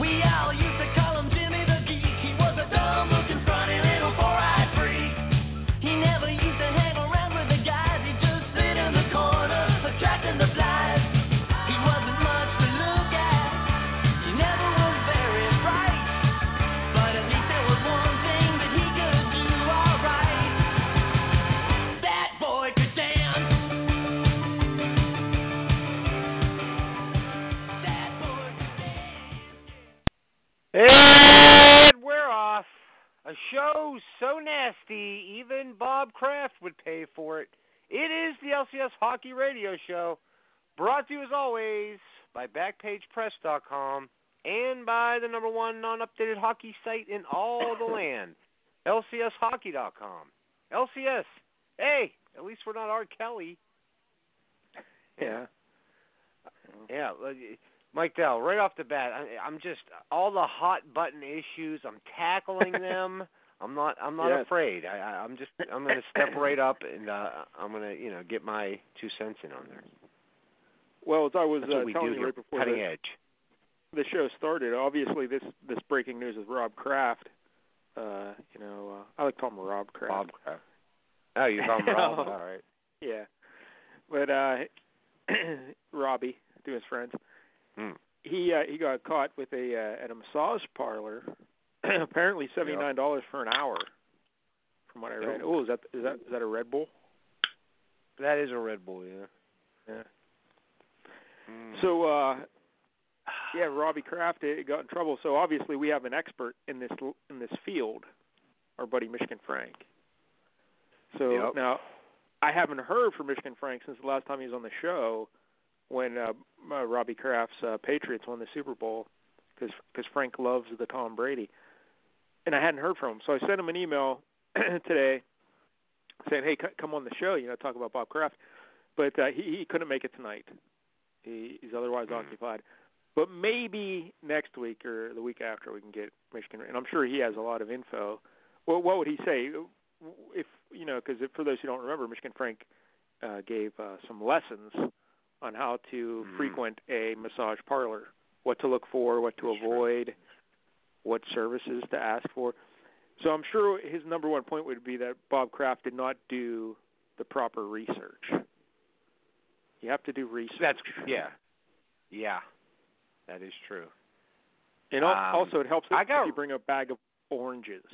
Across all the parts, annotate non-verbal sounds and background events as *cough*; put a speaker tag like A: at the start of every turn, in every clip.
A: We all used to call him Jimmy the Geek. He was a dumb looking funny little four eyed freak. He never used to hang around with the guys. He'd just sit in the corner, attracting the flies. He wasn't much to look at. He never was very bright. But at least there was one thing that he could do alright. That boy could dance. That boy could dance.
B: And we're off. A show so nasty, even Bob Kraft would pay for it. It is the LCS Hockey Radio Show, brought to you as always by BackpagePress.com and by the number one non updated hockey site in all the land, LCSHockey.com. LCS, hey, at least we're not R. Kelly. Yeah. Yeah, well, y- Mike Dell, right off the bat, I, I'm just all the hot button issues. I'm
C: *laughs*
B: tackling them. I'm not. I'm not
C: Yes.
B: afraid. I, I, I'm just. I'm going to step right up, and uh, I'm going to, you know, get my two cents in on there.
C: Well, as I was
B: That's
C: uh,
B: what we do
C: telling you
B: here.
C: right before
B: Cutting
C: the,
B: edge.
C: the show started, obviously this this breaking news is Rob Kraft. Uh, you know, uh, I like calling him Rob Kraft.
B: Bob Kraft. Oh, you call him
C: *laughs*
B: Rob.
C: No.
B: All right.
C: Yeah, but uh, *clears throat* Robbie, to his friends,
B: Hmm.
C: he uh, he got caught with a uh, at a massage parlor. *clears throat* apparently seventy nine dollars for an hour, from what I read. Oh, is that is that is that a Red Bull?
B: That is a Red Bull, yeah. Hmm.
C: Yeah.
B: Mm-hmm. *sighs*
C: So uh yeah, Robbie Kraft uh, got in trouble. So obviously we have an expert in this l- in this field, our buddy Michigan Frank. So
B: Yep.
C: now I haven't heard from Michigan Frank since the last time he was on the show when uh, uh, Robbie Kraft's uh, Patriots won the Super Bowl because Frank loves the Tom Brady, and I hadn't heard from him. So I sent him an email *clears throat* today saying, "Hey, c- come on the show, you know, talk about Bob Kraft." But uh, he, he couldn't make it tonight. He, he's otherwise
B: Hmm.
C: occupied. But maybe next week or the week after we can get Michigan, and I'm sure he has a lot of info. Well, what would he say if you know? Because for those who don't remember, Michigan Frank uh, gave uh, some lessons on how to
B: Mhm.
C: frequent a massage parlor, what to look for, what to
B: That's true.
C: avoid, what services to ask for. So I'm sure his number one point would be that Bob Kraft did not do the proper research. You have to do research.
B: That's yeah. Yeah. That is true.
C: And al-
B: Um,
C: also, it helps if
B: I got-
C: if you bring a bag of oranges.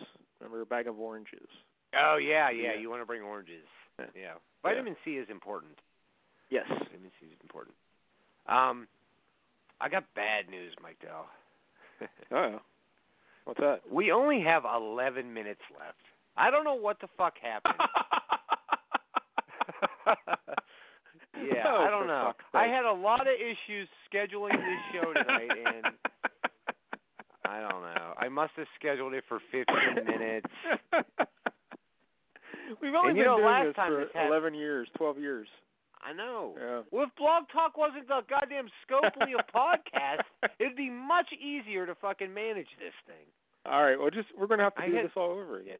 C: Remember, a bag of oranges.
B: Oh yeah, yeah.
C: Yeah.
B: You want to bring oranges.
C: Yeah.
B: Yeah. Vitamin C is important.
C: Yes.
B: Vitamin C is important. Um, I got bad news, Mike Dell.
C: Oh. What's that?
B: we only have 11 minutes left. I don't know what the fuck
C: *laughs*
B: happened. yeah,
C: Oh,
B: I don't
C: for
B: know.
C: fuck's
B: I
C: sake.
B: had a lot of issues scheduling this show tonight, and I don't know. I must have scheduled it for 15
C: *laughs*
B: minutes.
C: We've only
B: And
C: been
B: you know,
C: doing
B: last
C: this
B: time
C: for
B: this happened-
C: 11 years, 12 years.
B: I know.
C: Yeah.
B: Well, if Blog Talk wasn't the goddamn Scopely
C: *laughs*
B: of podcasts, it'd be much easier to fucking manage this thing.
C: All right. Well, just we're gonna have to
B: I
C: do
B: had-
C: this all over again.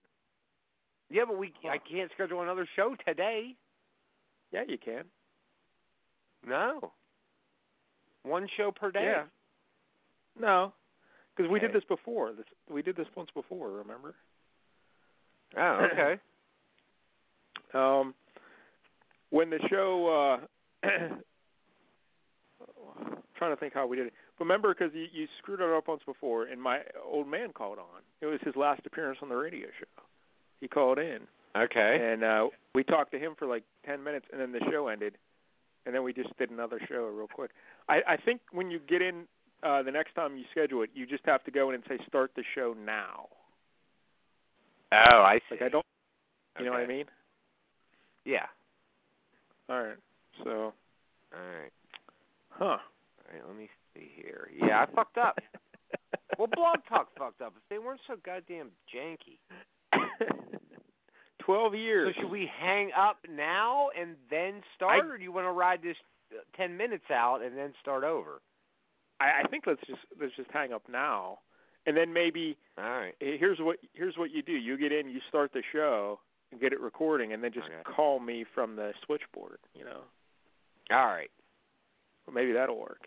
B: Yeah, but we I can't schedule another show today.
C: Yeah, you can.
B: No. One show per day.
C: Yeah. No, because we did
B: Okay.
C: this before. This we did this once before. Remember?
B: Oh, okay.
C: *clears throat* Um, when the show, uh, *clears throat* trying to think how we did it. But remember, because you, you screwed it up once before, and my old man called on. It was his last appearance on the radio show. He called in,
B: okay.
C: and uh, we talked to him for like ten minutes, and then the show ended, and then we just did another show real quick. I, I think when you get in uh, the next time you schedule it, you just have to go in and say start the show now.
B: Oh, I see.
C: Like I don't, you know what I
B: Okay.
C: mean?
B: Yeah.
C: All right. So,
B: All right.
C: huh?
B: All right. Let me see here. Yeah, I fucked *laughs* up. well, Blog Talk fucked up. If they weren't so goddamn janky.
C: Twelve
B: So
C: years.
B: should we hang up now and then start,
C: I-
B: or do you want to ride this uh, ten minutes out and then start over?
C: I, I think let's just let's just hang up now, and then maybe
B: All right.
C: eh, here's what here's what you do. You get in, you start the show, and get it recording, and then just
B: Okay.
C: call me from the switchboard. You know,
B: All right.
C: maybe that'll work.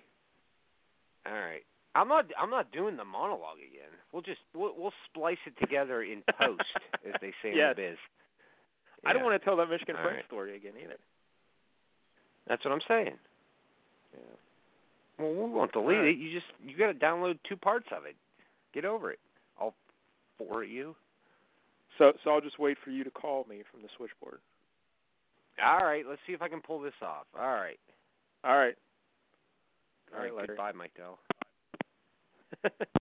B: All right. I'm not. I'm not doing the monologue again. We'll just. We'll, we'll splice it together
C: *laughs*
B: in post, as they say
C: Yes.
B: in the biz.
C: I don't
B: Yeah.
C: want to tell that Michigan
B: All
C: French
B: right.
C: story again either.
B: That's what I'm saying. Yeah. Well, we won't delete
C: All right.
B: it. You just you got to download two parts of it. Get over it. I'll for you.
C: So so I'll just wait for you to call me from the switchboard.
B: All right. Let's see if I can pull this off. All right.
C: All right.
B: All
C: All right,
B: right.
C: Larry.
B: goodbye, Mike Dell. *laughs*